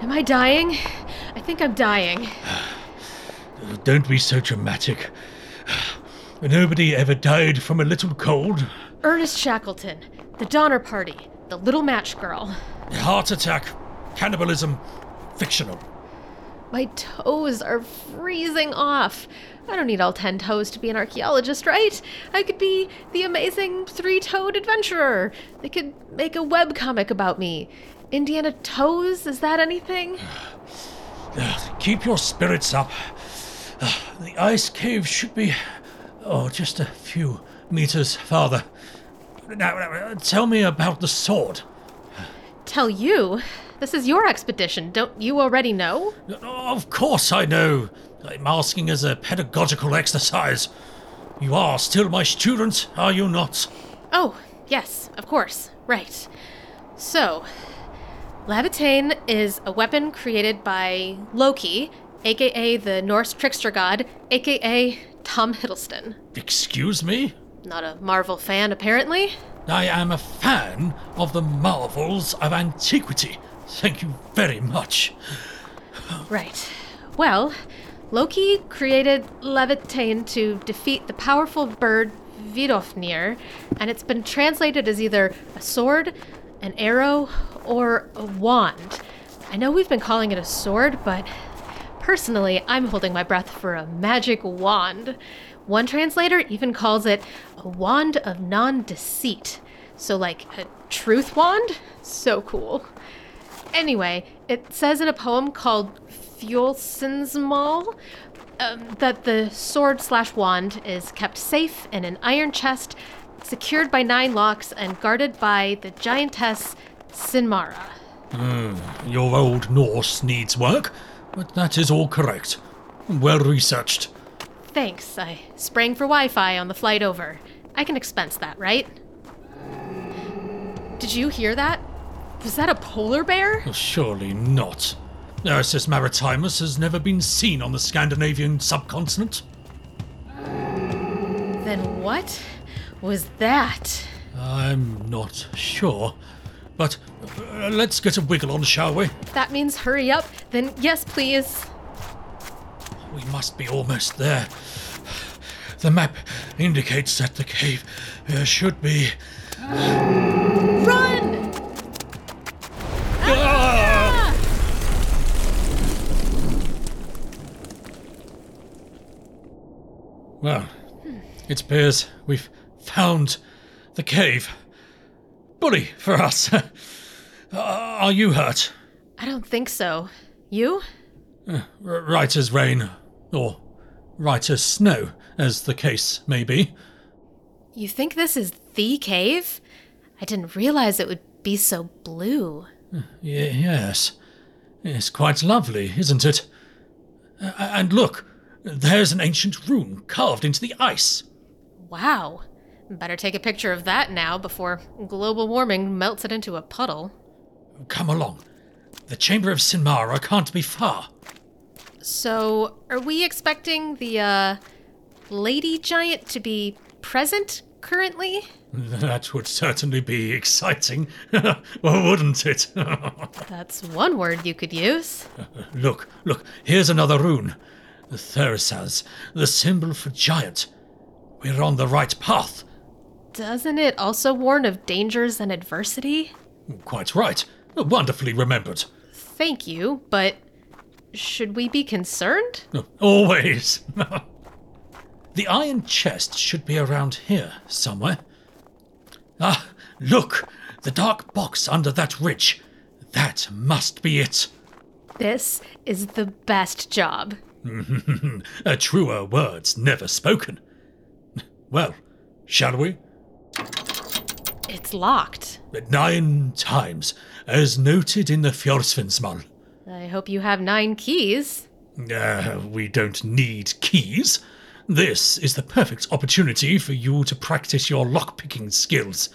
Am I dying? I think I'm dying. Don't be so dramatic. Nobody ever died from a little cold. Ernest Shackleton, the Donner Party, the Little Match Girl. Heart attack, cannibalism, fictional. My toes are freezing off. I don't need all ten toes to be an archaeologist, right? I could be the amazing three toed adventurer. They could make a webcomic about me. Indiana Toes, is that anything? Uh, Keep your spirits up. Uh, The ice cave should be, oh, just a few meters farther. Now, now, uh, tell me about the sword. Tell you. This is your expedition. Don't you already know? Of course I know. I'm asking as a pedagogical exercise. You are still my student, are you not? Oh, yes, of course. Right. So, Labitane is a weapon created by Loki, aka the Norse trickster god, aka Tom Hiddleston. Excuse me? Not a Marvel fan, apparently. I am a fan of the marvels of antiquity. Thank you very much. Right. Well, Loki created Levitane to defeat the powerful bird Vidofnir, and it's been translated as either a sword, an arrow, or a wand. I know we've been calling it a sword, but personally, I'm holding my breath for a magic wand. One translator even calls it a wand of non deceit. So, like a truth wand? So cool. Anyway, it says in a poem called Fjolsensmal um, that the sword slash wand is kept safe in an iron chest, secured by nine locks, and guarded by the giantess Sinmara. Your Old Norse needs work, but that is all correct. Well researched. Thanks, I sprang for Wi Fi on the flight over. I can expense that, right? Did you hear that? Was that a polar bear? Surely not. Ursus Maritimus has never been seen on the Scandinavian subcontinent. Then what was that? I'm not sure. But uh, let's get a wiggle on, shall we? That means hurry up, then yes, please. We must be almost there. The map indicates that the cave uh, should be. Run! Ah! Well, it appears we've found the cave. Bully for us. Uh, Are you hurt? I don't think so. You? R- right as rain, or right as snow, as the case may be. You think this is the cave? I didn't realize it would be so blue. Y- yes. It's quite lovely, isn't it? A- and look, there's an ancient rune carved into the ice. Wow. Better take a picture of that now before global warming melts it into a puddle. Come along. The Chamber of Sinmara can't be far. So, are we expecting the, uh, lady giant to be present currently? That would certainly be exciting, wouldn't it? That's one word you could use. look, look, here's another rune. The Therisaz, the symbol for giant. We're on the right path. Doesn't it also warn of dangers and adversity? Quite right. Wonderfully remembered. Thank you, but should we be concerned? Always. the iron chest should be around here somewhere. Ah, look! The dark box under that ridge. That must be it. This is the best job. Hmm, A truer word's never spoken. Well, shall we? It's locked. Nine times, as noted in the Fjorsvinsmal. I hope you have nine keys. Uh, we don't need keys. This is the perfect opportunity for you to practice your lockpicking skills.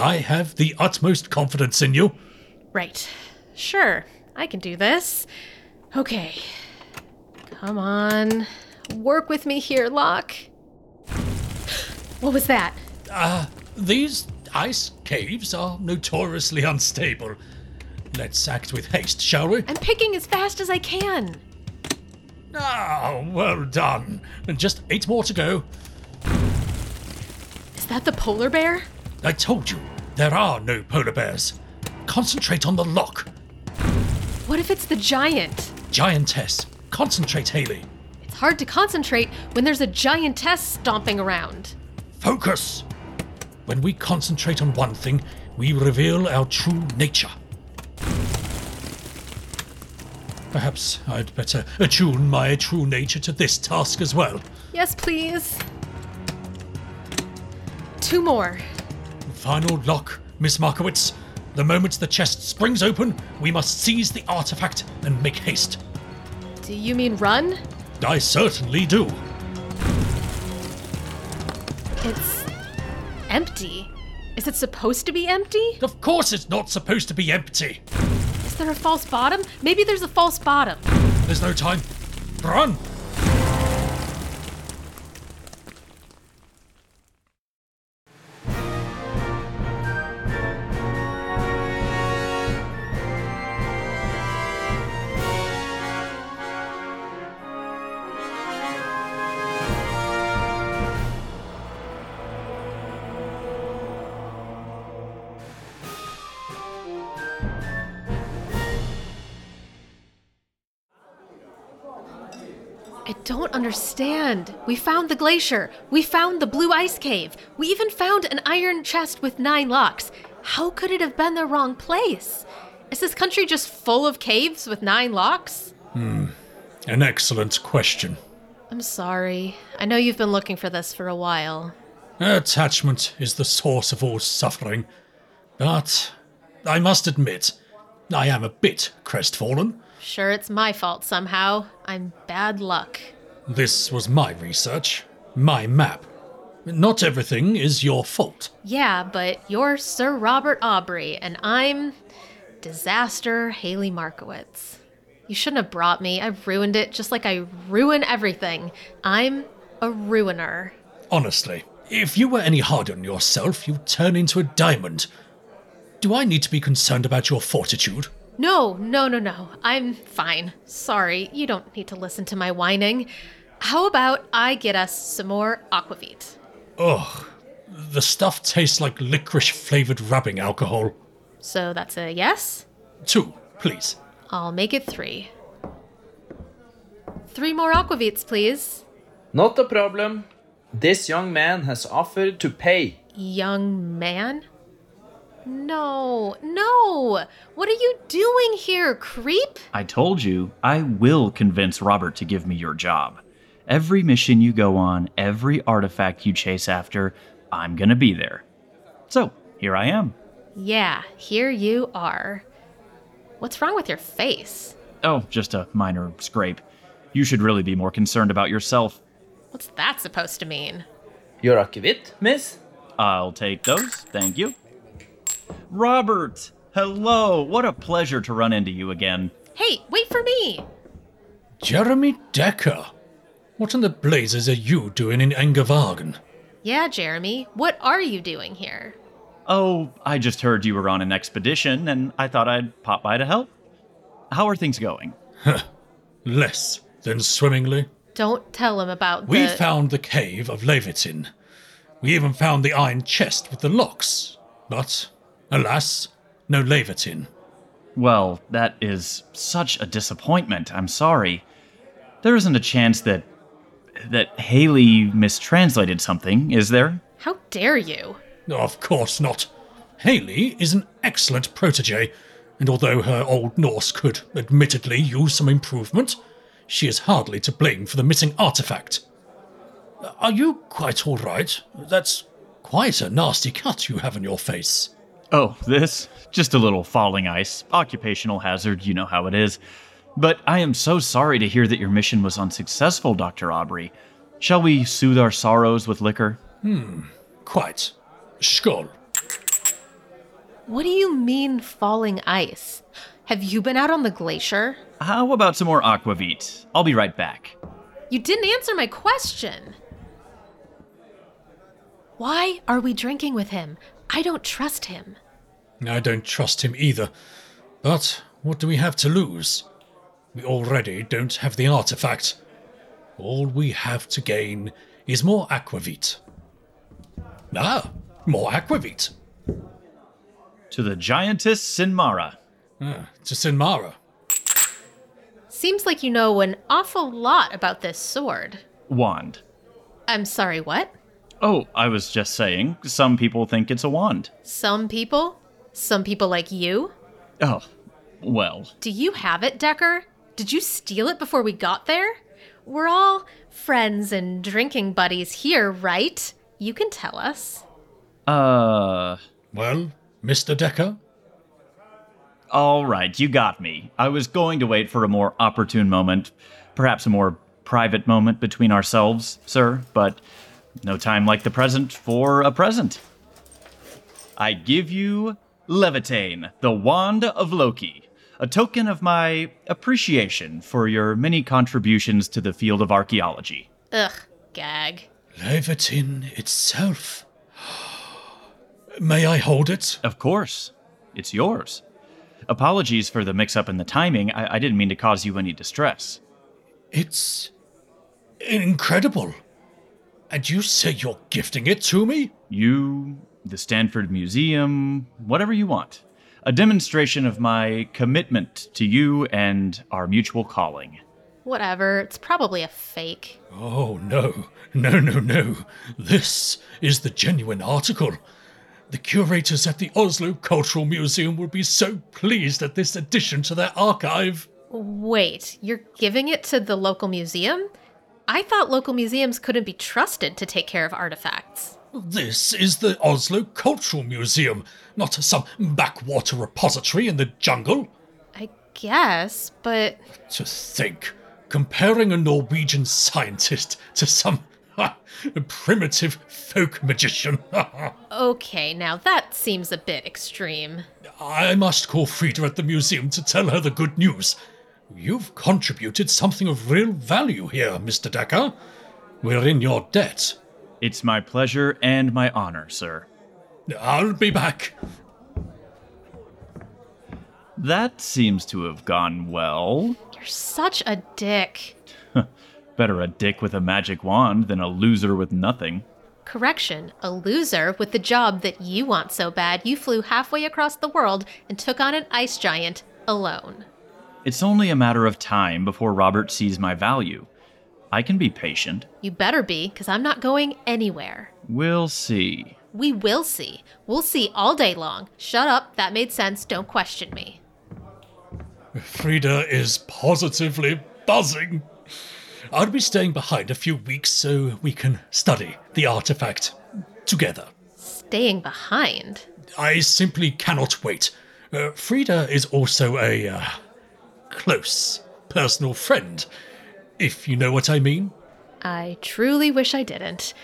I have the utmost confidence in you. Right. Sure, I can do this. Okay. Come on. Work with me here, Locke. What was that? These ice caves are notoriously unstable. Let's act with haste, shall we? I'm picking as fast as I can. Ah, well done. And just eight more to go. Is that the polar bear? I told you, there are no polar bears. Concentrate on the lock. What if it's the giant? Giantess. Concentrate, Haley. It's hard to concentrate when there's a giantess stomping around. Focus! When we concentrate on one thing, we reveal our true nature. Perhaps I'd better attune my true nature to this task as well. Yes, please. Two more. Final lock, Miss Markowitz. The moment the chest springs open, we must seize the artifact and make haste. Do you mean run? I certainly do. It's empty. Is it supposed to be empty? Of course, it's not supposed to be empty. Is there a false bottom? Maybe there's a false bottom. There's no time. Run! I don't understand. We found the glacier. We found the blue ice cave. We even found an iron chest with nine locks. How could it have been the wrong place? Is this country just full of caves with nine locks? An excellent question. I'm sorry. I know you've been looking for this for a while. Attachment is the source of all suffering. But I must admit, I am a bit crestfallen. Sure, it's my fault somehow. I'm bad luck. This was my research, my map. Not everything is your fault. Yeah, but you're Sir Robert Aubrey, and I'm disaster Haley Markowitz. You shouldn't have brought me. I ruined it just like I ruin everything. I'm a ruiner. Honestly, if you were any hard on yourself, you'd turn into a diamond. Do I need to be concerned about your fortitude? No, no, no, no. I'm fine. Sorry, you don't need to listen to my whining. How about I get us some more aquavit? Ugh, the stuff tastes like licorice flavored rubbing alcohol. So that's a yes? Two, please. I'll make it three. Three more aquavits, please. Not a problem. This young man has offered to pay. Young man? No, no! What are you doing here, creep? I told you, I will convince Robert to give me your job. Every mission you go on, every artifact you chase after, I'm gonna be there. So, here I am. Yeah, here you are. What's wrong with your face? Oh, just a minor scrape. You should really be more concerned about yourself. What's that supposed to mean? Your akvavit, miss? I'll take those, thank you. Robert! Hello! What a pleasure to run into you again. Hey, wait for me! Jeremy Decker. What in the blazes are you doing in Engervagen? Yeah, Jeremy, what are you doing here? Oh, I just heard you were on an expedition and I thought I'd pop by to help. How are things going? Less than swimmingly. Don't tell him about We the. found the cave of Levitin. We even found the iron chest with the locks. But, alas, no Levitin. Well, that is such a disappointment. I'm sorry. There isn't a chance that that Haley mistranslated something, is there? How dare you? Of course not. Haley is an excellent protege, and although her Old Norse could admittedly use some improvement, she is hardly to blame for the missing artifact. Are you quite all right? That's quite a nasty cut you have on your face. Oh, this? Just a little falling ice. Occupational hazard, you know how it is. But I am so sorry to hear that your mission was unsuccessful, Dr. Aubrey. Shall we soothe our sorrows with liquor? Quite. Skull. What do you mean falling ice? Have you been out on the glacier? How about some more aquavit? I'll be right back. You didn't answer my question. Why are we drinking with him? I don't trust him. I don't trust him either. But what do we have to lose? We already don't have the artifact. All we have to gain is more aquavit. Ah, more aquavit. To the giantess Sinmara. Ah, to Sinmara. Seems like you know an awful lot about this sword. Wand. I'm sorry, what? Oh, I was just saying, some people think it's a wand. Some people? Some people like you? Oh, well, Do you have it, Decker? Did you steal it before we got there? We're all friends and drinking buddies here, right? You can tell us. uh. Well, Mr. Decker? All right, you got me. I was going to wait for a more opportune moment, perhaps a more private moment between ourselves, sir, but no time like the present for a present. I give you Levitane, the Wand of Loki, a token of my appreciation for your many contributions to the field of archaeology. Ugh, gag. Levitin itself. May I hold it? Of course. It's yours. Apologies for the mix up in the timing. I, I didn't mean to cause you any distress. It's incredible. And you say you're gifting it to me? You, the Stanford Museum, whatever you want. A demonstration of my commitment to you and our mutual calling. Whatever, it's probably a fake. Oh, no, no, no, no. This is the genuine article. The curators at the Oslo Cultural Museum will be so pleased at this addition to their archive. Wait, you're giving it to the local museum? I thought local museums couldn't be trusted to take care of artifacts. This is the Oslo Cultural Museum, not some backwater repository in the jungle. I guess, but To think, comparing a Norwegian scientist to some ha, primitive folk magician. okay, now that seems a bit extreme. I must call Frida at the museum to tell her the good news. You've contributed something of real value here, Mr. Decker. We're in your debt. It's my pleasure and my honor, sir. I'll be back. That seems to have gone well. You're such a dick. Better a dick with a magic wand than a loser with nothing. Correction, a loser with the job that you want so bad you flew halfway across the world and took on an ice giant alone. It's only a matter of time before Robert sees my value. I can be patient. You better be, because I'm not going anywhere. We'll see. We will see. We'll see all day long. Shut up, that made sense, don't question me. Frida is positively buzzing. I'll be staying behind a few weeks so we can study the artifact together. Staying behind? I simply cannot wait. Uh, Frida is also a uh, close personal friend, if you know what I mean. I truly wish I didn't.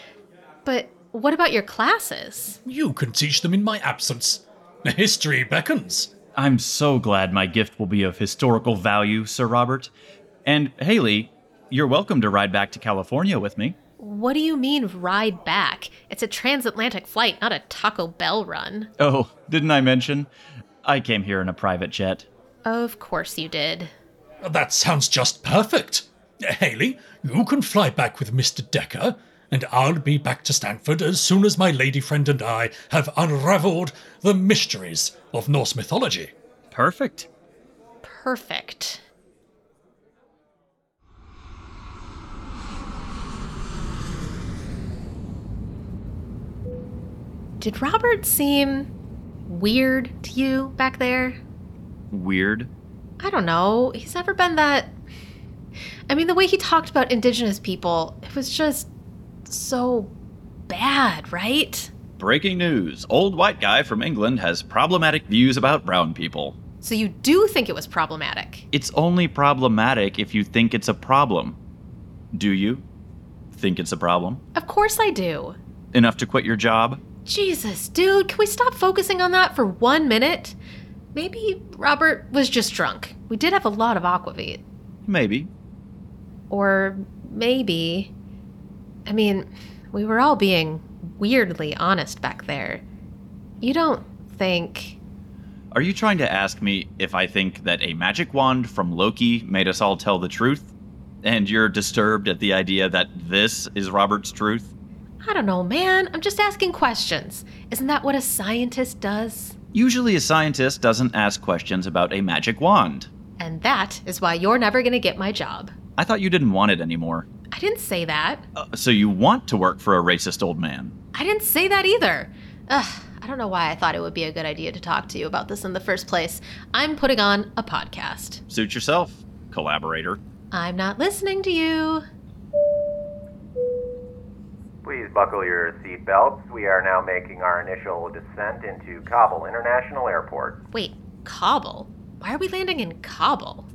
But what about your classes? You can teach them in my absence. History beckons. I'm so glad my gift will be of historical value, Sir Robert. And Haley, you're welcome to ride back to California with me. What do you mean, ride back? It's a transatlantic flight, not a Taco Bell run. Oh, didn't I mention? I came here in a private jet. Of course you did. That sounds just perfect. Haley, you can fly back with Mr. Decker, and I'll be back to Stanford as soon as my lady friend and I have unraveled the mysteries of Norse mythology. Perfect. Perfect. Did Robert seem weird to you back there? Weird. I don't know. He's never been that. I mean, the way he talked about indigenous people, it was just so bad, right? Breaking news Old white guy from England has problematic views about brown people. So you do think it was problematic? It's only problematic if you think it's a problem. Do you think it's a problem? Of course I do. Enough to quit your job? Jesus, dude, can we stop focusing on that for one minute? Maybe Robert was just drunk. We did have a lot of aquavit. Maybe. Or maybe. I mean, we were all being weirdly honest back there. You don't think. Are you trying to ask me if I think that a magic wand from Loki made us all tell the truth? And you're disturbed at the idea that this is Robert's truth? I don't know, man. I'm just asking questions. Isn't that what a scientist does? Usually, a scientist doesn't ask questions about a magic wand. And that is why you're never going to get my job. I thought you didn't want it anymore. I didn't say that. Uh, so, you want to work for a racist old man? I didn't say that either. Ugh, I don't know why I thought it would be a good idea to talk to you about this in the first place. I'm putting on a podcast. Suit yourself, collaborator. I'm not listening to you. Please buckle your seatbelts. We are now making our initial descent into Kabul International Airport. Wait, Kabul? Why are we landing in Kabul?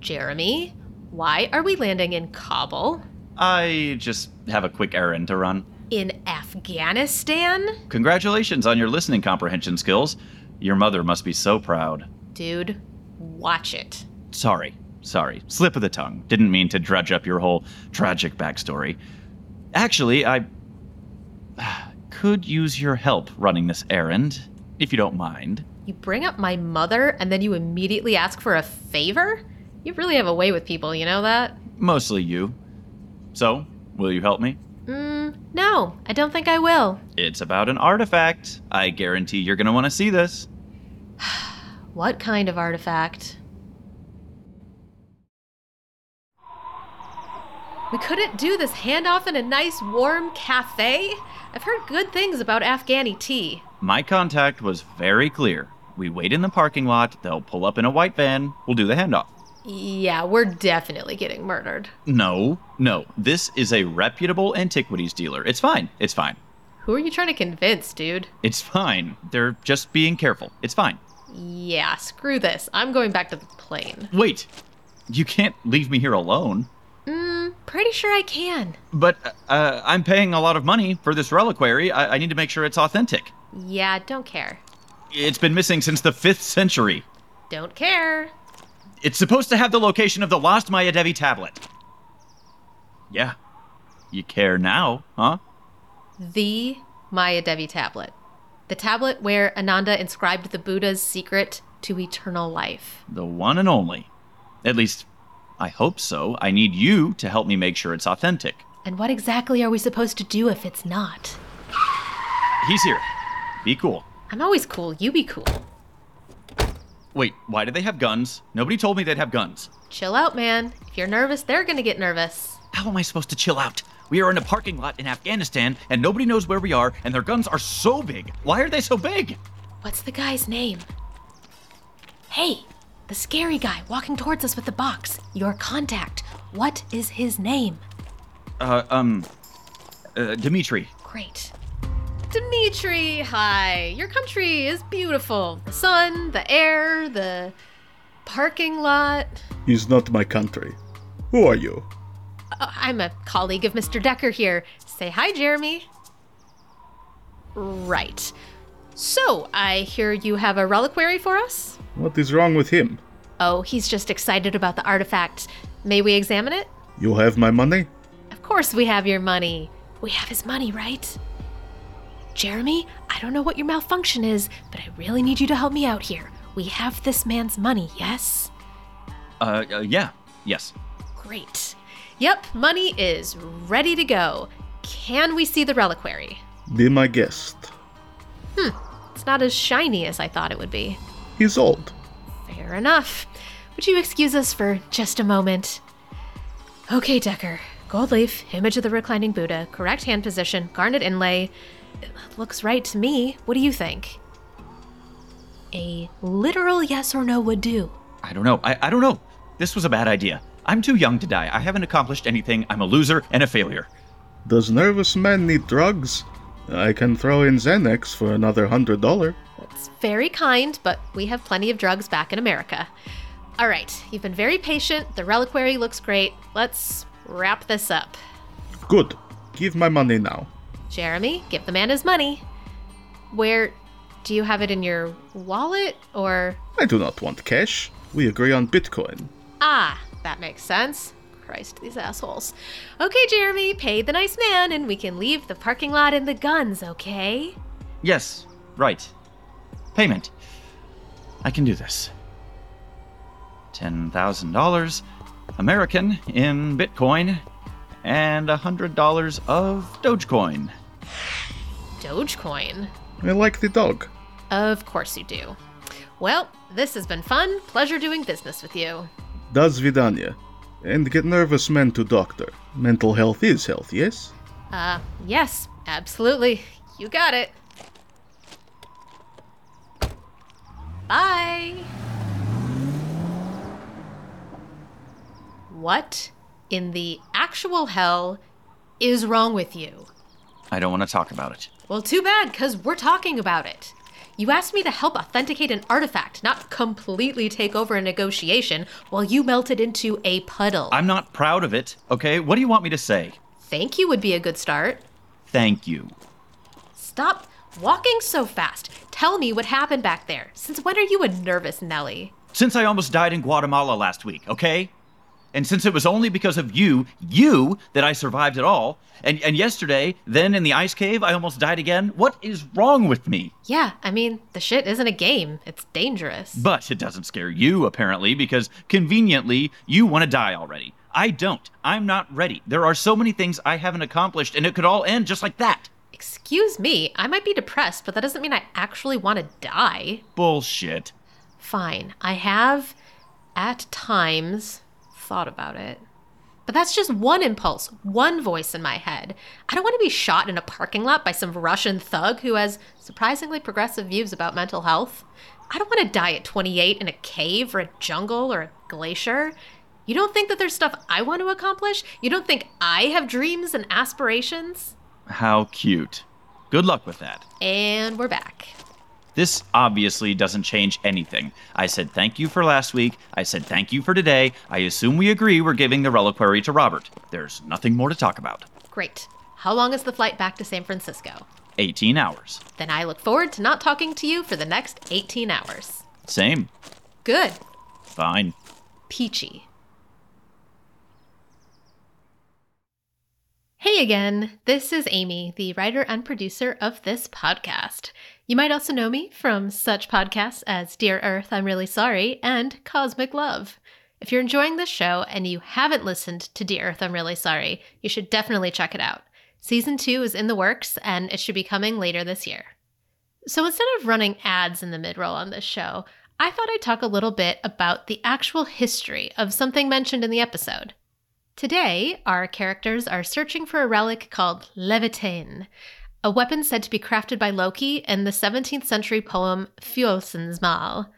Jeremy, why are we landing in Kabul? I just have a quick errand to run. In Afghanistan? Congratulations on your listening comprehension skills. Your mother must be so proud. Dude, watch it. Sorry, sorry. Slip of the tongue. Didn't mean to drudge up your whole tragic backstory. Actually, I could use your help running this errand, if you don't mind. You bring up my mother and then you immediately ask for a favor? You really have a way with people, you know that? Mostly you. So, will you help me? Mm, no, I don't think I will. It's about an artifact. I guarantee you're going to want to see this. What kind of artifact? We couldn't do this handoff in a nice warm cafe? I've heard good things about Afghani tea. My contact was very clear. We wait in the parking lot, they'll pull up in a white van, we'll do the handoff. Yeah, we're definitely getting murdered. No, no, this is a reputable antiquities dealer. It's fine, it's fine, Who are you trying to convince, dude? it's fine. They're just being careful. It's fine. Yeah, screw this. I'm going back to the plane. Wait, you can't leave me here alone. Mm, pretty sure I can. But uh, I'm paying a lot of money for this reliquary. I-, I need to make sure it's authentic. Yeah, don't care. It's been missing since the 5th century. Don't care. It's supposed to have the location of the lost Maya Devi tablet. Yeah. You care now, huh? The Maya Devi tablet. The tablet where Ananda inscribed the Buddha's secret to eternal life. The one and only. At least, I hope so. I need you to help me make sure it's authentic. And what exactly are we supposed to do if it's not? He's here. Be cool. I'm always cool. You be cool. Wait, why do they have guns? Nobody told me they'd have guns. Chill out, man. If you're nervous, they're gonna get nervous. How am I supposed to chill out? We are in a parking lot in Afghanistan, and nobody knows where we are, and their guns are so big. Why are they so big? What's the guy's name? Hey, the scary guy walking towards us with the box. Your contact. What is his name? Uh, um, uh, Dimitri. Great. Dimitri, hi. Your country is beautiful. The sun, the air, the parking lot. is not my country. Who are you? Oh, I'm a colleague of Mr. Decker here. Say hi, Jeremy. Right. So, I hear you have a reliquary for us? What is wrong with him? Oh, he's just excited about the artifact. May we examine it? You have my money? Of course, we have your money. We have his money, right? Jeremy, I don't know what your malfunction is, but I really need you to help me out here. We have this man's money, yes? Uh, uh yeah, yes. Great. Yep, money is ready to go. Can we see the reliquary? Be my guest. It's not as shiny as I thought it would be. He's old. Fair enough. Would you excuse us for just a moment? Okay, Decker. Gold leaf, image of the reclining Buddha, correct hand position, garnet inlay. It looks right to me. What do you think? A literal yes or no would do. I don't know. I, I don't know. This was a bad idea. I'm too young to die. I haven't accomplished anything. I'm a loser and a failure. Does nervous man need drugs? I can throw in Xanax for another hundred dollar. It's very kind, but we have plenty of drugs back in America. All right, you've been very patient. The reliquary looks great. Let's wrap this up. Good. Give my money now. Jeremy, give the man his money. Where do you have it in your wallet or I do not want cash. We agree on Bitcoin. Ah, that makes sense. Christ, these assholes. Okay, Jeremy, pay the nice man and we can leave the parking lot and the guns, okay? Yes, right. Payment. I can do this. $10,000 American in Bitcoin and $100 of Dogecoin. Dogecoin. I like the dog. Of course you do. Well, this has been fun. Pleasure doing business with you. Does vidania. And get nervous men to doctor. Mental health is health, yes? Uh, yes, absolutely. You got it. Bye. What in the actual hell is wrong with you? I don't want to talk about it. Well, too bad, because we're talking about it. You asked me to help authenticate an artifact, not completely take over a negotiation while you melted into a puddle. I'm not proud of it, okay? What do you want me to say? Thank you would be a good start. Thank you. Stop walking so fast. Tell me what happened back there. Since when are you a nervous Nelly? Since I almost died in Guatemala last week, okay? And since it was only because of you, you, that I survived at all, and, and yesterday, then in the ice cave, I almost died again, what is wrong with me? Yeah, I mean, the shit isn't a game. It's dangerous. But it doesn't scare you, apparently, because conveniently, you want to die already. I don't. I'm not ready. There are so many things I haven't accomplished, and it could all end just like that. Excuse me, I might be depressed, but that doesn't mean I actually want to die. Bullshit. Fine, I have, at times, thought about it. But that's just one impulse, one voice in my head. I don't want to be shot in a parking lot by some Russian thug who has surprisingly progressive views about mental health. I don't want to die at 28 in a cave or a jungle or a glacier. You don't think that there's stuff I want to accomplish? You don't think I have dreams and aspirations? How cute. Good luck with that. And we're back. This obviously doesn't change anything. I said thank you for last week. I said thank you for today. I assume we agree we're giving the reliquary to Robert. There's nothing more to talk about. Great. How long is the flight back to San Francisco? 18 hours. Then I look forward to not talking to you for the next 18 hours. Same. Good. Fine. Peachy. Hey again, this is Amy, the writer and producer of this podcast. You might also know me from such podcasts as Dear Earth, I'm Really Sorry, and Cosmic Love. If you're enjoying this show and you haven't listened to Dear Earth, I'm Really Sorry, you should definitely check it out. Season 2 is in the works and it should be coming later this year. So instead of running ads in the mid roll on this show, I thought I'd talk a little bit about the actual history of something mentioned in the episode. Today, our characters are searching for a relic called Levitain, a weapon said to be crafted by Loki in the 17th century poem Fjolsensmal.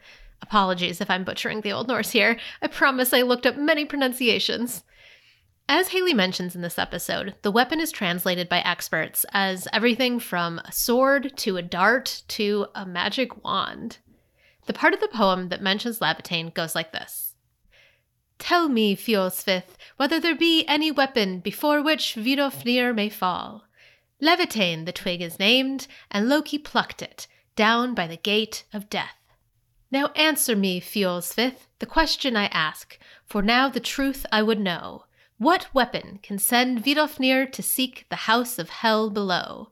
Apologies if I'm butchering the Old Norse here. I promise I looked up many pronunciations. As Haley mentions in this episode, the weapon is translated by experts as everything from a sword to a dart to a magic wand. The part of the poem that mentions Levitain goes like this. Tell me, Fiolsvith, whether there be any weapon before which Vidofnir may fall. Levitain the twig is named, and Loki plucked it, down by the gate of death. Now answer me, Fiolsvith, the question I ask, for now the truth I would know. What weapon can send Vidofnir to seek the house of hell below?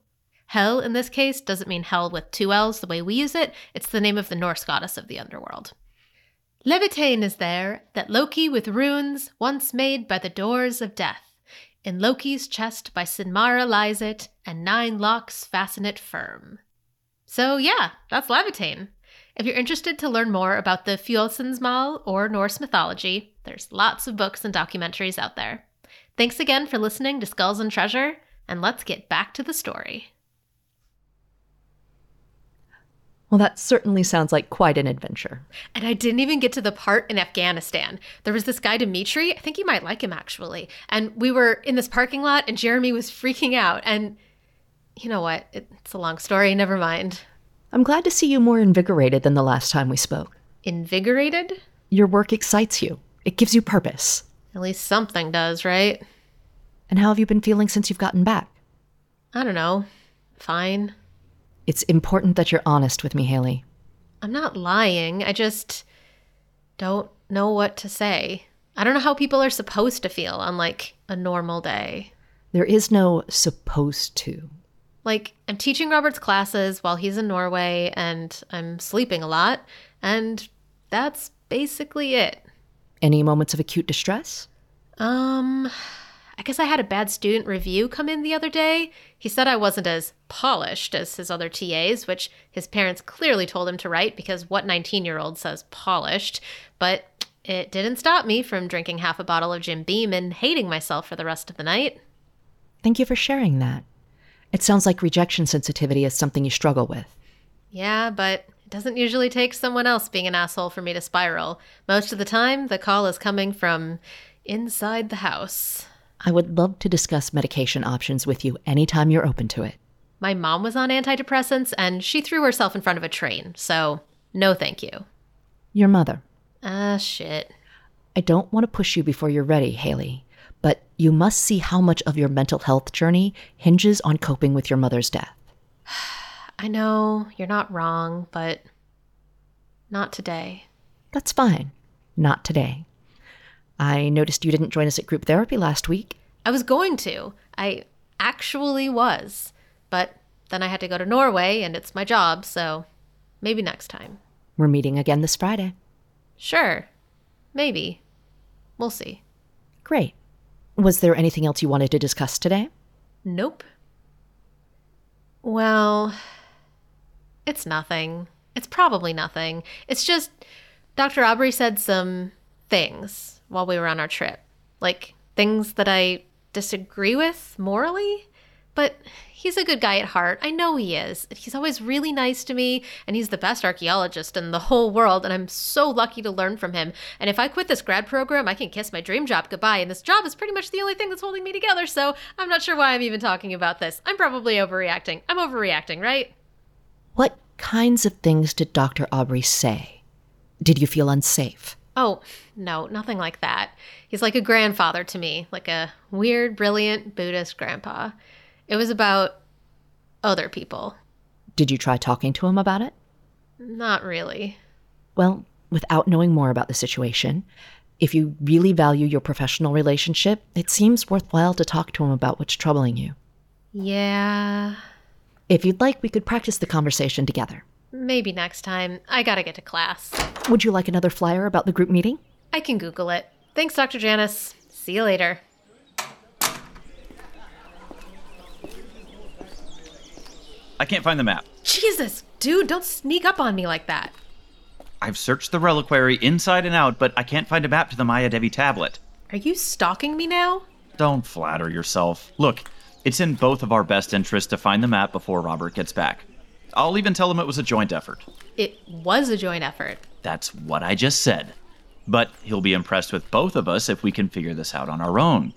Hell, in this case, doesn't mean hell with two L's the way we use it, it's the name of the Norse goddess of the underworld. Levitain is there, that Loki with runes once made by the doors of death. In Loki's chest by Sinmara lies it, and nine locks fasten it firm. So yeah, that's Levitain. If you're interested to learn more about the Fjolsensmal or Norse mythology, there's lots of books and documentaries out there. Thanks again for listening to Skulls and Treasure, and let's get back to the story. Well, that certainly sounds like quite an adventure. And I didn't even get to the part in Afghanistan. There was this guy, Dimitri. I think you might like him actually. And we were in this parking lot, and Jeremy was freaking out. And you know what? It's a long story. Never mind. I'm glad to see you more invigorated than the last time we spoke. Invigorated? Your work excites you, it gives you purpose. At least something does, right? And how have you been feeling since you've gotten back? I don't know. Fine. It's important that you're honest with me, Haley. I'm not lying. I just don't know what to say. I don't know how people are supposed to feel on like a normal day. There is no supposed to. Like, I'm teaching Robert's classes while he's in Norway and I'm sleeping a lot. And that's basically it. Any moments of acute distress? Um, I guess I had a bad student review come in the other day. He said I wasn't as polished as his other TAs, which his parents clearly told him to write because what 19 year old says polished? But it didn't stop me from drinking half a bottle of Jim Beam and hating myself for the rest of the night. Thank you for sharing that. It sounds like rejection sensitivity is something you struggle with. Yeah, but it doesn't usually take someone else being an asshole for me to spiral. Most of the time, the call is coming from inside the house. I would love to discuss medication options with you anytime you're open to it. My mom was on antidepressants and she threw herself in front of a train, so no thank you. Your mother. Ah, shit. I don't want to push you before you're ready, Haley, but you must see how much of your mental health journey hinges on coping with your mother's death. I know you're not wrong, but not today. That's fine. Not today. I noticed you didn't join us at group therapy last week. I was going to. I actually was. But then I had to go to Norway and it's my job, so maybe next time. We're meeting again this Friday. Sure. Maybe. We'll see. Great. Was there anything else you wanted to discuss today? Nope. Well, it's nothing. It's probably nothing. It's just Dr. Aubrey said some things while we were on our trip. Like things that I disagree with morally, but he's a good guy at heart. I know he is. He's always really nice to me, and he's the best archaeologist in the whole world, and I'm so lucky to learn from him. And if I quit this grad program, I can kiss my dream job goodbye, and this job is pretty much the only thing that's holding me together, so I'm not sure why I'm even talking about this. I'm probably overreacting. I'm overreacting, right? What kinds of things did Dr. Aubrey say? Did you feel unsafe? Oh, no, nothing like that. He's like a grandfather to me, like a weird, brilliant Buddhist grandpa. It was about other people. Did you try talking to him about it? Not really. Well, without knowing more about the situation, if you really value your professional relationship, it seems worthwhile to talk to him about what's troubling you. Yeah, If you'd like, we could practice the conversation together. maybe next time. I gotta get to class. Would you like another flyer about the group meeting? I can Google it. Thanks, Dr. Janice. See you later. I can't find the map. Jesus, dude, don't sneak up on me like that. I've searched the reliquary inside and out, but I can't find a map to the Maya Devi tablet. Are you stalking me now? Don't flatter yourself. Look, it's in both of our best interests to find the map before Robert gets back. I'll even tell him it was a joint effort. It was a joint effort. That's what I just said. But he'll be impressed with both of us if we can figure this out on our own.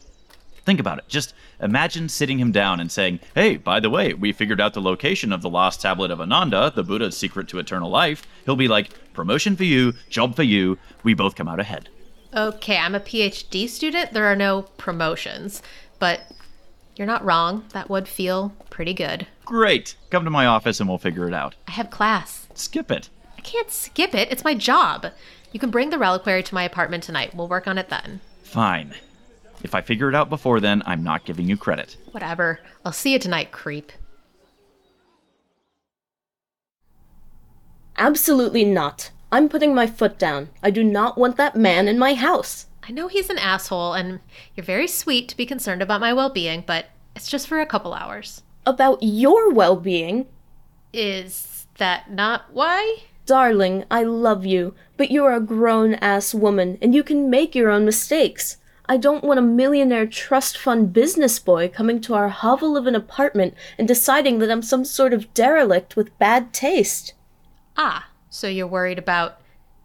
Think about it. Just imagine sitting him down and saying, Hey, by the way, we figured out the location of the lost tablet of Ananda, the Buddha's secret to eternal life. He'll be like, Promotion for you, job for you. We both come out ahead. Okay, I'm a PhD student. There are no promotions, but you're not wrong. That would feel pretty good. Great. Come to my office and we'll figure it out. I have class. Skip it. I can't skip it. It's my job. You can bring the reliquary to my apartment tonight. We'll work on it then. Fine. If I figure it out before then, I'm not giving you credit. Whatever. I'll see you tonight, creep. Absolutely not. I'm putting my foot down. I do not want that man in my house. I know he's an asshole, and you're very sweet to be concerned about my well being, but it's just for a couple hours. About your well being. Is that not why? Darling, I love you, but you're a grown ass woman and you can make your own mistakes. I don't want a millionaire trust fund business boy coming to our hovel of an apartment and deciding that I'm some sort of derelict with bad taste. Ah, so you're worried about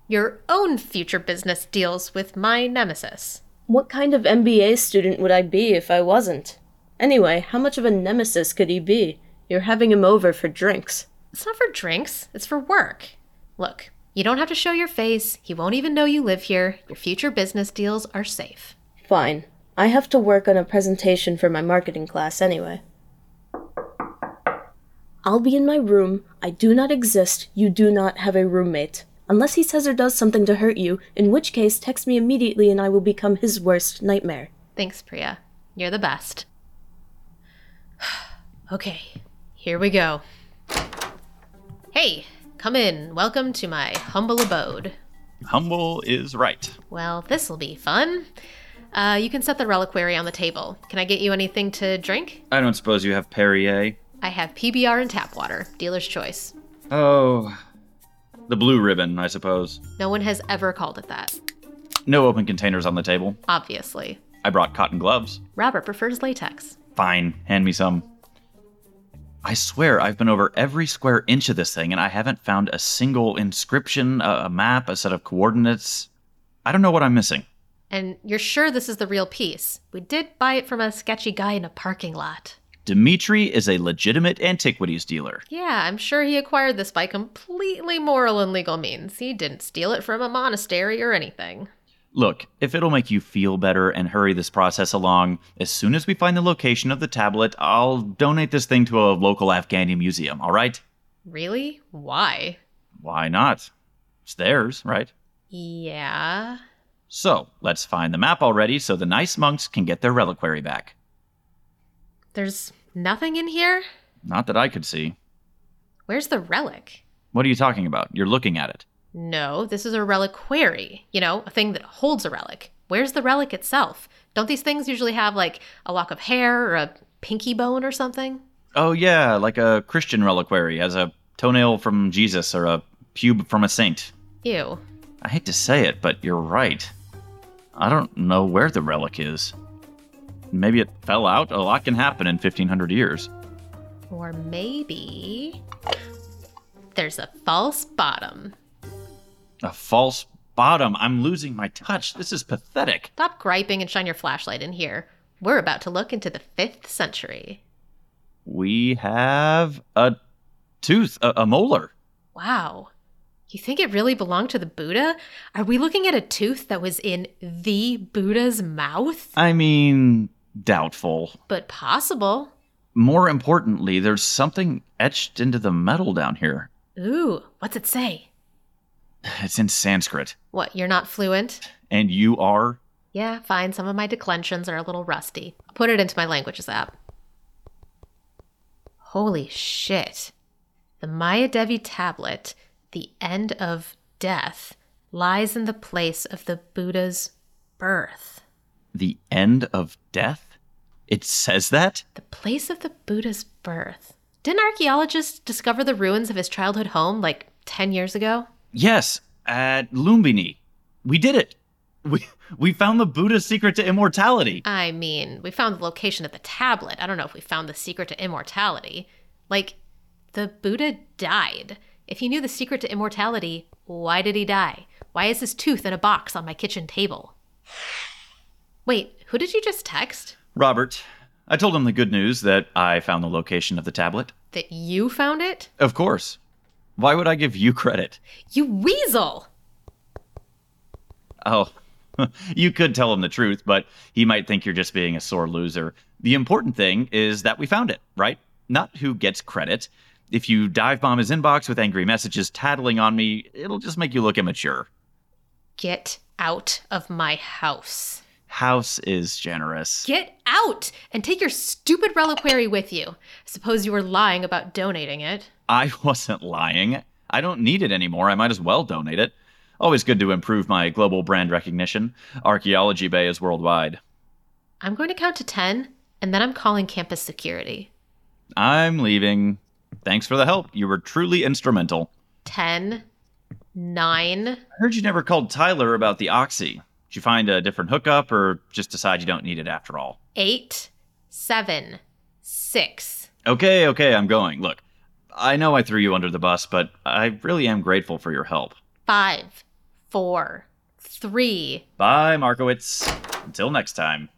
your own future business deals with my nemesis. What kind of MBA student would I be if I wasn't? Anyway, how much of a nemesis could he be? You're having him over for drinks. It's not for drinks, it's for work. Look, you don't have to show your face. He won't even know you live here. Your future business deals are safe. Fine. I have to work on a presentation for my marketing class anyway. I'll be in my room. I do not exist. You do not have a roommate. Unless he says or does something to hurt you, in which case, text me immediately and I will become his worst nightmare. Thanks, Priya. You're the best. okay, here we go. Hey, Come in. Welcome to my humble abode. Humble is right. Well, this'll be fun. Uh, you can set the reliquary on the table. Can I get you anything to drink? I don't suppose you have Perrier. I have PBR and tap water, dealer's choice. Oh, the blue ribbon, I suppose. No one has ever called it that, No open containers on the table. obviously. I brought cotton gloves. Robert prefers latex. Fine, hand me some. I swear I've been over every square inch of this thing and I haven't found a single inscription, a, a map, a set of coordinates. I don't know what I'm missing. And you're sure this is the real piece? We did buy it from a sketchy guy in a parking lot. Dimitri is a legitimate antiquities dealer. Yeah, I'm sure he acquired this by completely moral and legal means. He didn't steal it from a monastery or anything. Look, if it'll make you feel better and hurry this process along, as soon as we find the location of the tablet, I'll donate this thing to a local Afghani museum, all right? Really? Why? Why not? It's theirs, right? Yeah. So, let's find the map already so the nice monks can get their reliquary back. There's nothing in here? Not that I could see. Where's the relic? What are you talking about? You're looking at it. No, this is a reliquary, you know, a thing that holds a relic. Where's the relic itself? Don't these things usually have like a lock of hair or a pinky bone or something? Oh, yeah, like a Christian reliquary, as a toenail from Jesus or a pube from a saint. Ew. I hate to say it, but you're right. I don't know where the relic is. Maybe it fell out? A lot can happen in 1500 years. Or maybe there's a false bottom. A false bottom. I'm losing my touch. This is pathetic. Stop griping and shine your flashlight in here. We're about to look into the 5th century. We have a tooth, a, a molar. Wow. You think it really belonged to the Buddha? Are we looking at a tooth that was in the Buddha's mouth? I mean, doubtful. But possible. More importantly, there's something etched into the metal down here. Ooh, what's it say? It's in Sanskrit. What, you're not fluent? And you are? Yeah, fine. Some of my declensions are a little rusty. I'll put it into my languages app. Holy shit. The Maya Devi tablet, the end of death, lies in the place of the Buddha's birth. The end of death? It says that? The place of the Buddha's birth. Didn't archaeologists discover the ruins of his childhood home like 10 years ago? Yes, at Lumbini. We did it. We, we found the Buddha's secret to immortality. I mean, we found the location of the tablet. I don't know if we found the secret to immortality. Like, the Buddha died. If he knew the secret to immortality, why did he die? Why is his tooth in a box on my kitchen table? Wait, who did you just text? Robert, I told him the good news that I found the location of the tablet. That you found it? Of course. Why would I give you credit? You weasel! Oh, you could tell him the truth, but he might think you're just being a sore loser. The important thing is that we found it, right? Not who gets credit. If you dive bomb his inbox with angry messages tattling on me, it'll just make you look immature. Get out of my house. House is generous. Get out and take your stupid reliquary with you. I suppose you were lying about donating it. I wasn't lying. I don't need it anymore. I might as well donate it. Always good to improve my global brand recognition. Archaeology Bay is worldwide. I'm going to count to 10, and then I'm calling campus security. I'm leaving. Thanks for the help. You were truly instrumental. 10, 9. I heard you never called Tyler about the Oxy. Did you find a different hookup or just decide you don't need it after all? eight, seven, six. Okay, okay, I'm going. Look, I know I threw you under the bus, but I really am grateful for your help. Five, four, three. Bye, Markowitz. Until next time.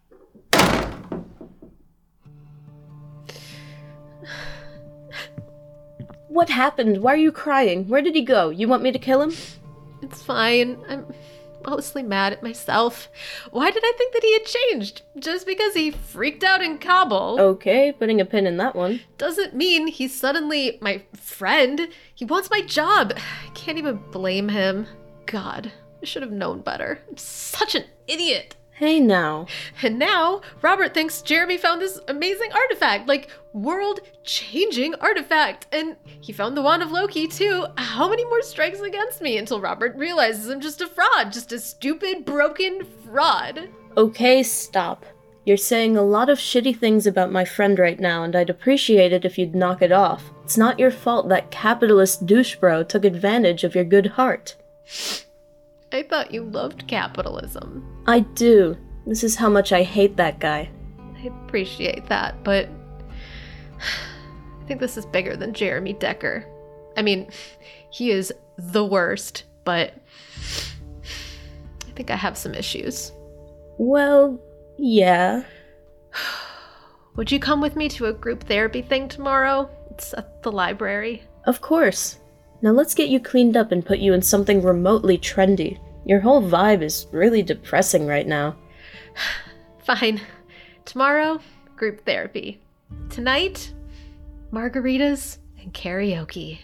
What happened? Why are you crying? Where did he go? You want me to kill him? It's fine. I'm mostly mad at myself. Why did I think that he had changed? Just because he freaked out in Kabul Oh. Okay, putting a pin in that one. doesn't mean he's suddenly my friend. He wants my job. I can't even blame him. God, I should have known better. I'm such an idiot. Hey now. And now Robert thinks Jeremy found this amazing artifact, like world changing artifact. And he found the Wand of Loki too. How many more strikes against me until Robert realizes I'm just a fraud, just a stupid, broken fraud? Okay, stop. You're saying a lot of shitty things about my friend right now, and I'd appreciate it if you'd knock it off. It's not your fault that capitalist douche bro took advantage of your good heart. I thought you loved capitalism. I do. This is how much I hate that guy. I appreciate that, but I think this is bigger than Jeremy Decker. I mean, he is the worst, but I think I have some issues. Well, yeah. Would you come with me to a group therapy thing tomorrow? It's at the library. Of course. Now let's get you cleaned up and put you in something remotely trendy. Your whole vibe is really depressing right now. Fine. Tomorrow, group therapy. Tonight, margaritas and karaoke.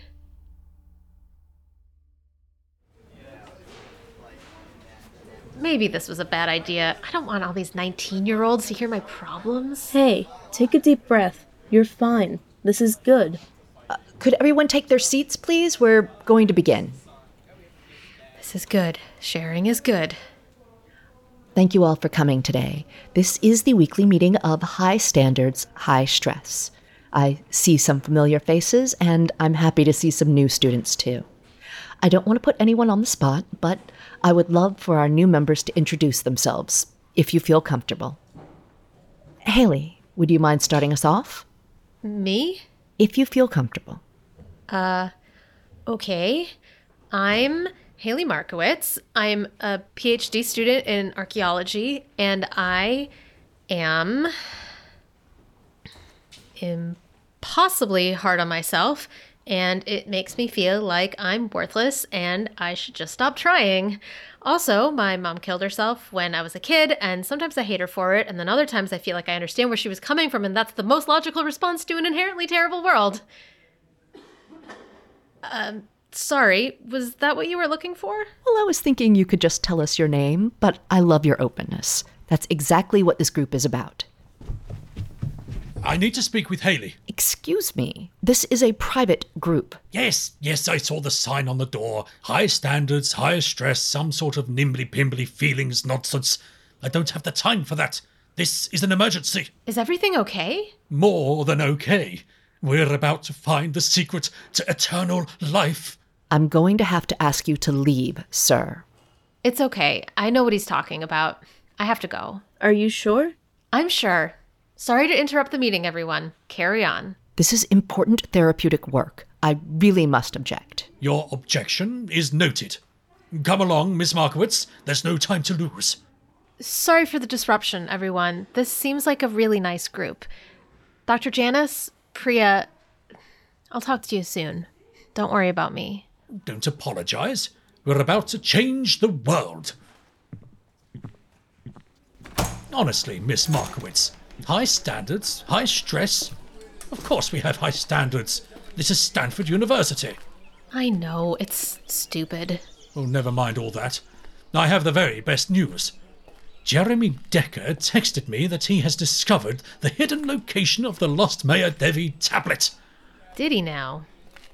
Maybe this was a bad idea. I don't want all these 19 year olds to hear my problems. Hey, take a deep breath. You're fine. This is good. Could everyone take their seats, please? We're going to begin. This is good. Sharing is good. Thank you all for coming today. This is the weekly meeting of High Standards, High Stress. I see some familiar faces, and I'm happy to see some new students too. I don't want to put anyone on the spot, but I would love for our new members to introduce themselves, if you feel comfortable. Haley, would you mind starting us off? Me? If you feel comfortable. Okay. I'm Haley Markowitz. I'm a PhD student in archaeology, and I am impossibly hard on myself, and it makes me feel like I'm worthless and I should just stop trying. Also, my mom killed herself when I was a kid, and sometimes I hate her for it, and then other times I feel like I understand where she was coming from, and that's the most logical response to an inherently terrible world. Sorry, was that what you were looking for? Well, I was thinking you could just tell us your name, but I love your openness. That's exactly what this group is about. I need to speak with Haley. Excuse me, this is a private group. Yes, yes, I saw the sign on the door. High standards, high stress, some sort of nimbly pimbly feelings nonsense. I don't have the time for that. This is an emergency. Is everything okay? More than okay. We're about to find the secret to eternal life. I'm going to have to ask you to leave, sir. It's okay. I know what he's talking about. I have to go. Are you sure? I'm sure. Sorry to interrupt the meeting, everyone. Carry on. This is important therapeutic work. I really must object. Your objection is noted. Come along, Miss Markowitz. There's no time to lose. Sorry for the disruption, everyone. This seems like a really nice group. Dr. Janice, Priya, I'll talk to you soon. Don't worry about me. Don't apologize. We're about to change the world. Honestly, Miss Markowitz, high standards, high stress. Of course, we have high standards. This is Stanford University. I know, it's stupid. Oh, never mind all that. I have the very best news. Jeremy Decker texted me that he has discovered the hidden location of the lost Maya Devi tablet. Did he now?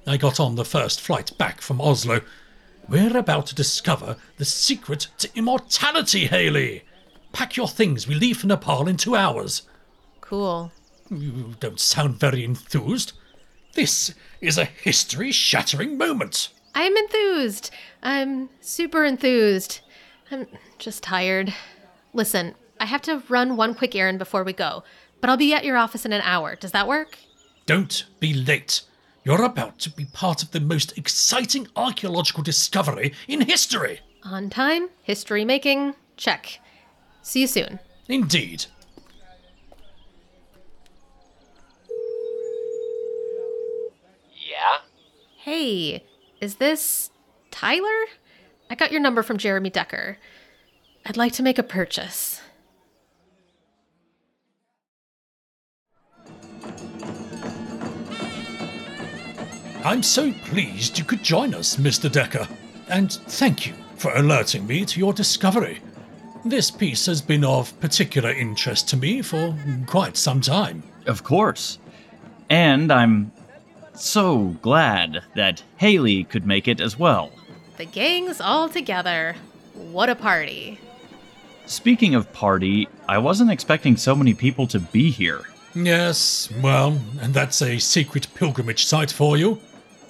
I got on the first flight back from Oslo. We're about to discover the secret to immortality, Haley. Pack your things. We leave for Nepal in two hours. Cool. You don't sound very enthused. This is a history shattering moment. I'm enthused. I'm super enthused. I'm just tired. Listen, I have to run one quick errand before we go, but I'll be at your office in an hour. Does that work? Don't be late. You're about to be part of the most exciting archaeological discovery in history. On time, history making, check. See you soon. Indeed. Yeah? Hey, is this Tyler? I got your number from Jeremy Decker. I'd like to make a purchase. I'm so pleased you could join us, Mr. Decker. And thank you for alerting me to your discovery. This piece has been of particular interest to me for quite some time. Of course. And I'm so glad that Haley could make it as well. The gang's all together. What a party. Speaking of party, I wasn't expecting so many people to be here. Yes, well, and that's a secret pilgrimage site for you.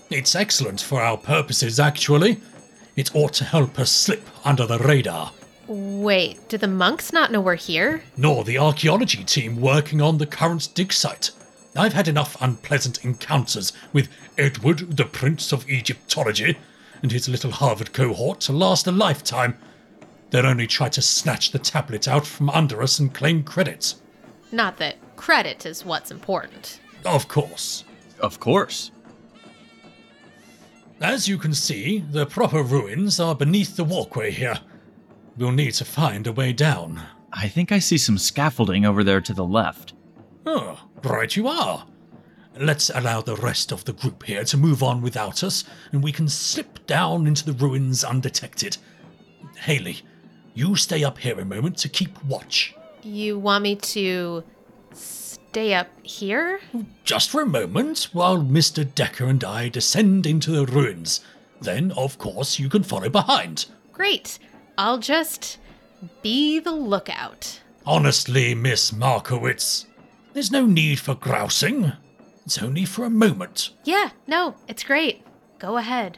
It's excellent for our purposes, actually. It ought to help us slip under the radar. Wait, do the monks not know we're here? nor the archaeology team working on the current dig site. I've had enough unpleasant encounters with Edward, the Prince of Egyptology, and his little Harvard cohort to last a lifetime. They'll only try to snatch the tablet out from under us and claim credit. Not that credit is what's important. Of course. Of course. As you can see, the proper ruins are beneath the walkway here. We'll need to find a way down. I think I see some scaffolding over there to the left. Oh, right you are. Let's allow the rest of the group here to move on without us, and we can slip down into the ruins undetected. Haley, you stay up here a moment to keep watch. You want me to stay up here? Just for a moment while Mr. Decker and I descend into the ruins. Then, of course, you can follow behind. Great. I'll just be the lookout. Honestly, Miss Markowitz, there's no need for grousing. It's only for a moment. Yeah, no, it's great. Go ahead.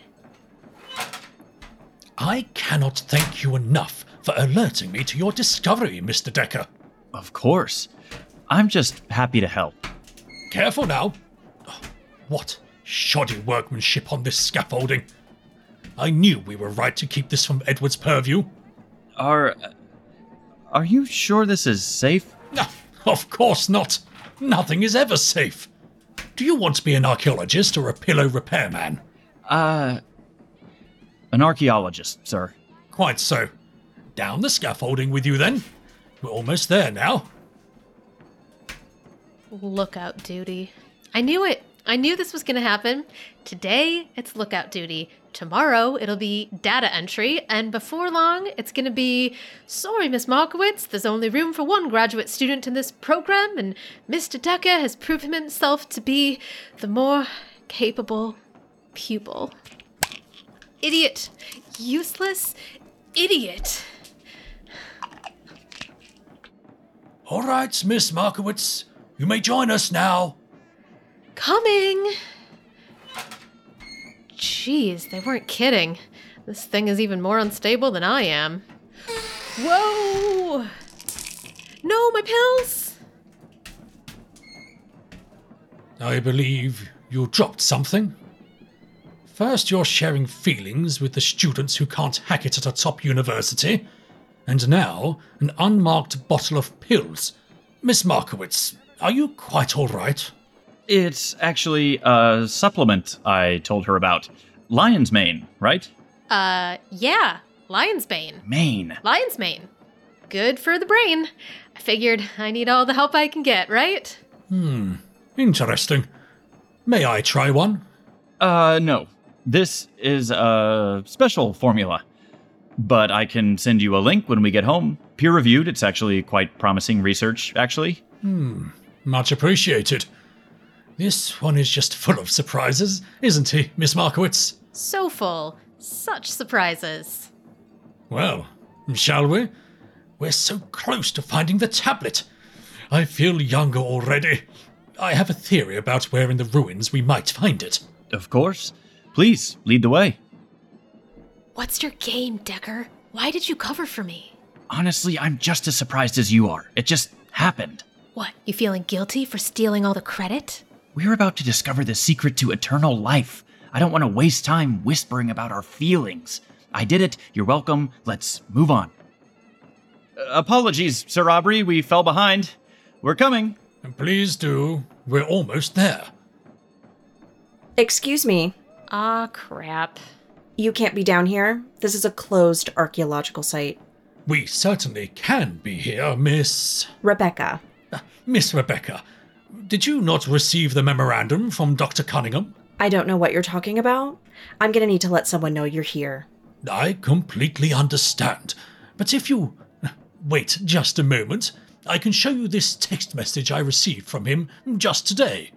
I cannot thank you enough for alerting me to your discovery, Mr. Decker. Of course. I'm just happy to help. Careful now. What shoddy workmanship on this scaffolding. I knew we were right to keep this from Edward's purview. Are Are you sure this is safe? No, of course not. Nothing is ever safe. Do you want to be an archaeologist or a pillow repairman? Uh an archaeologist, sir. Quite so. Down the scaffolding with you then. We're almost there now. Lookout duty. I knew it. I knew this was going to happen. Today, it's lookout duty. Tomorrow, it'll be data entry. And before long, it's going to be sorry, Miss Markowitz, there's only room for one graduate student in this program, and Mr. Decker has proven himself to be the more capable pupil. Idiot. Useless idiot. All right, Miss Markowitz, you may join us now. Coming! Jeez, they weren't kidding. This thing is even more unstable than I am. Whoa! No, my pills! I believe you dropped something. First, you're sharing feelings with the students who can't hack it at a top university, and now an unmarked bottle of pills. Miss Markowitz, are you quite all right? It's actually a supplement I told her about. Lion's mane, right? Uh, yeah, lion's bane. Mane. Lion's mane. Good for the brain. I figured I need all the help I can get, right? Interesting. May I try one? Uh, no. This is a special formula. But I can send you a link when we get home. Peer reviewed, it's actually quite promising research, actually. Much appreciated. This one is just full of surprises, isn't he, Miss Markowitz? So full. Such surprises. Well, shall we? We're so close to finding the tablet. I feel younger already. I have a theory about where in the ruins we might find it. Of course. Please, lead the way. What's your game, Decker? Why did you cover for me? Honestly, I'm just as surprised as you are. It just happened. What, you feeling guilty for stealing all the credit? We're about to discover the secret to eternal life. I don't want to waste time whispering about our feelings. I did it. You're welcome. Let's move on. Uh, apologies, Sir Aubrey. We fell behind. We're coming. And please do. We're almost there. Excuse me, Ah, crap. you can't be down here. This is a closed archaeological site. We certainly can be here, Miss. Rebecca, Miss Rebecca. Did you not receive the memorandum from Dr. Cunningham? I don't know what you're talking about. I'm gonna need to let someone know you're here. I completely understand. But if you. Wait just a moment. I can show you this text message I received from him just today.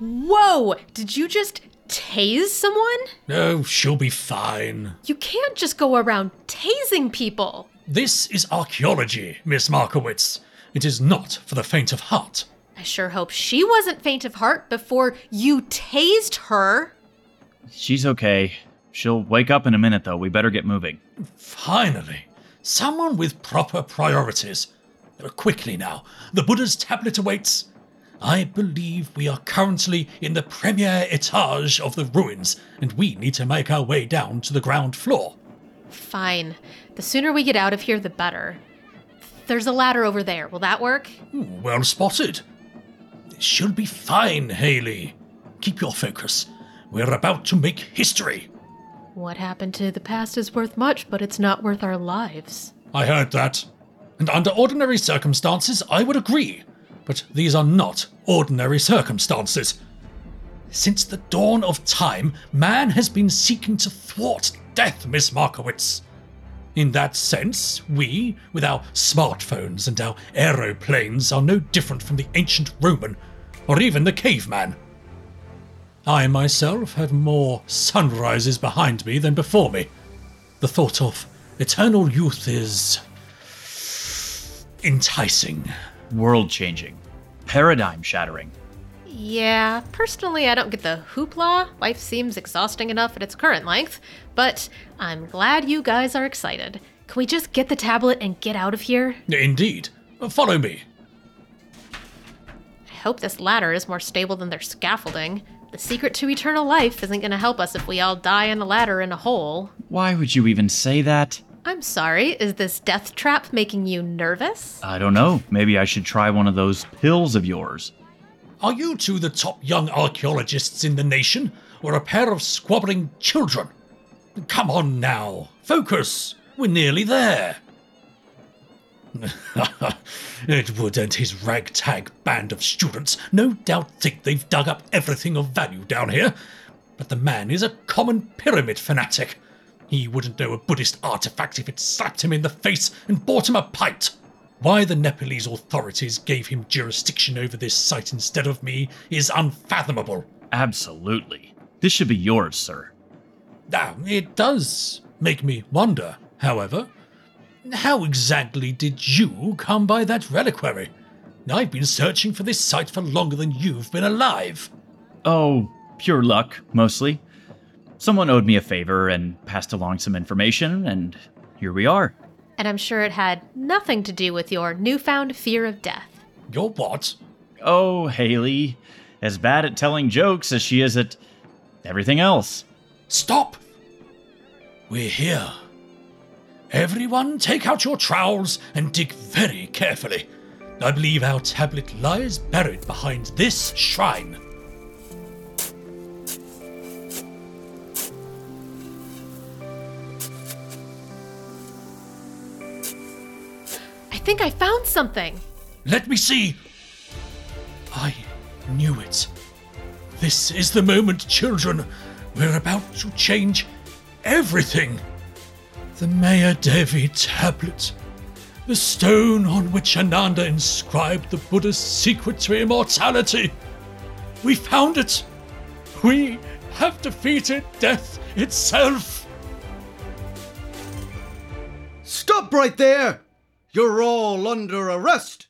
Whoa! Did you just tase someone? Oh, she'll be fine. You can't just go around tasing people. This is archaeology, Miss Markowitz. It is not for the faint of heart. I sure hope she wasn't faint of heart before you tased her. She's okay. She'll wake up in a minute, though. We better get moving. Finally, someone with proper priorities. Uh, Quickly now, the Buddha's tablet awaits. I believe we are currently in the premier etage of the ruins, and we need to make our way down to the ground floor. Fine. The sooner we get out of here, the better. There's a ladder over there. Will that work? Hmm, Well spotted. She'll be fine, Haley. Keep your focus. We're about to make history. What happened to the past is worth much, but it's not worth our lives. I heard that. And under ordinary circumstances, I would agree. But these are not ordinary circumstances. Since the dawn of time, man has been seeking to thwart death, Miss Markowitz. In that sense, we, with our smartphones and our aeroplanes, are no different from the ancient Roman, or even the caveman. I myself have more sunrises behind me than before me. The thought of eternal youth is. enticing. World changing, paradigm shattering. Yeah, personally, I don't get the hoopla. Life seems exhausting enough at its current length, but I'm glad you guys are excited. Can we just get the tablet and get out of here? Indeed. Follow me. I hope this ladder is more stable than their scaffolding. The secret to eternal life isn't going to help us if we all die in a ladder in a hole. Why would you even say that? I'm sorry, is this death trap making you nervous? I don't know. Maybe I should try one of those pills of yours. Are you two the top young archaeologists in the nation, or a pair of squabbling children? Come on now, focus. We're nearly there. Edward and his ragtag band of students no doubt think they've dug up everything of value down here, but the man is a common pyramid fanatic. He wouldn't know a Buddhist artifact if it slapped him in the face and bought him a pint. Why the Nepalese authorities gave him jurisdiction over this site instead of me is unfathomable. Absolutely. This should be yours, sir. Now, it does make me wonder, however, how exactly did you come by that reliquary? I've been searching for this site for longer than you've been alive. Oh, pure luck, mostly. Someone owed me a favor and passed along some information, and here we are. And I'm sure it had nothing to do with your newfound fear of death. You're what? Oh, Haley, as bad at telling jokes as she is at everything else. Stop! We're here. Everyone, take out your trowels and dig very carefully. I believe our tablet lies buried behind this shrine. I think I found something. Let me see. I knew it. This is the moment, children. We're about to change everything. The Maya Devi tablet, the stone on which Ananda inscribed the Buddha's secret to immortality. We found it. We have defeated death itself. Stop right there! You're all under arrest!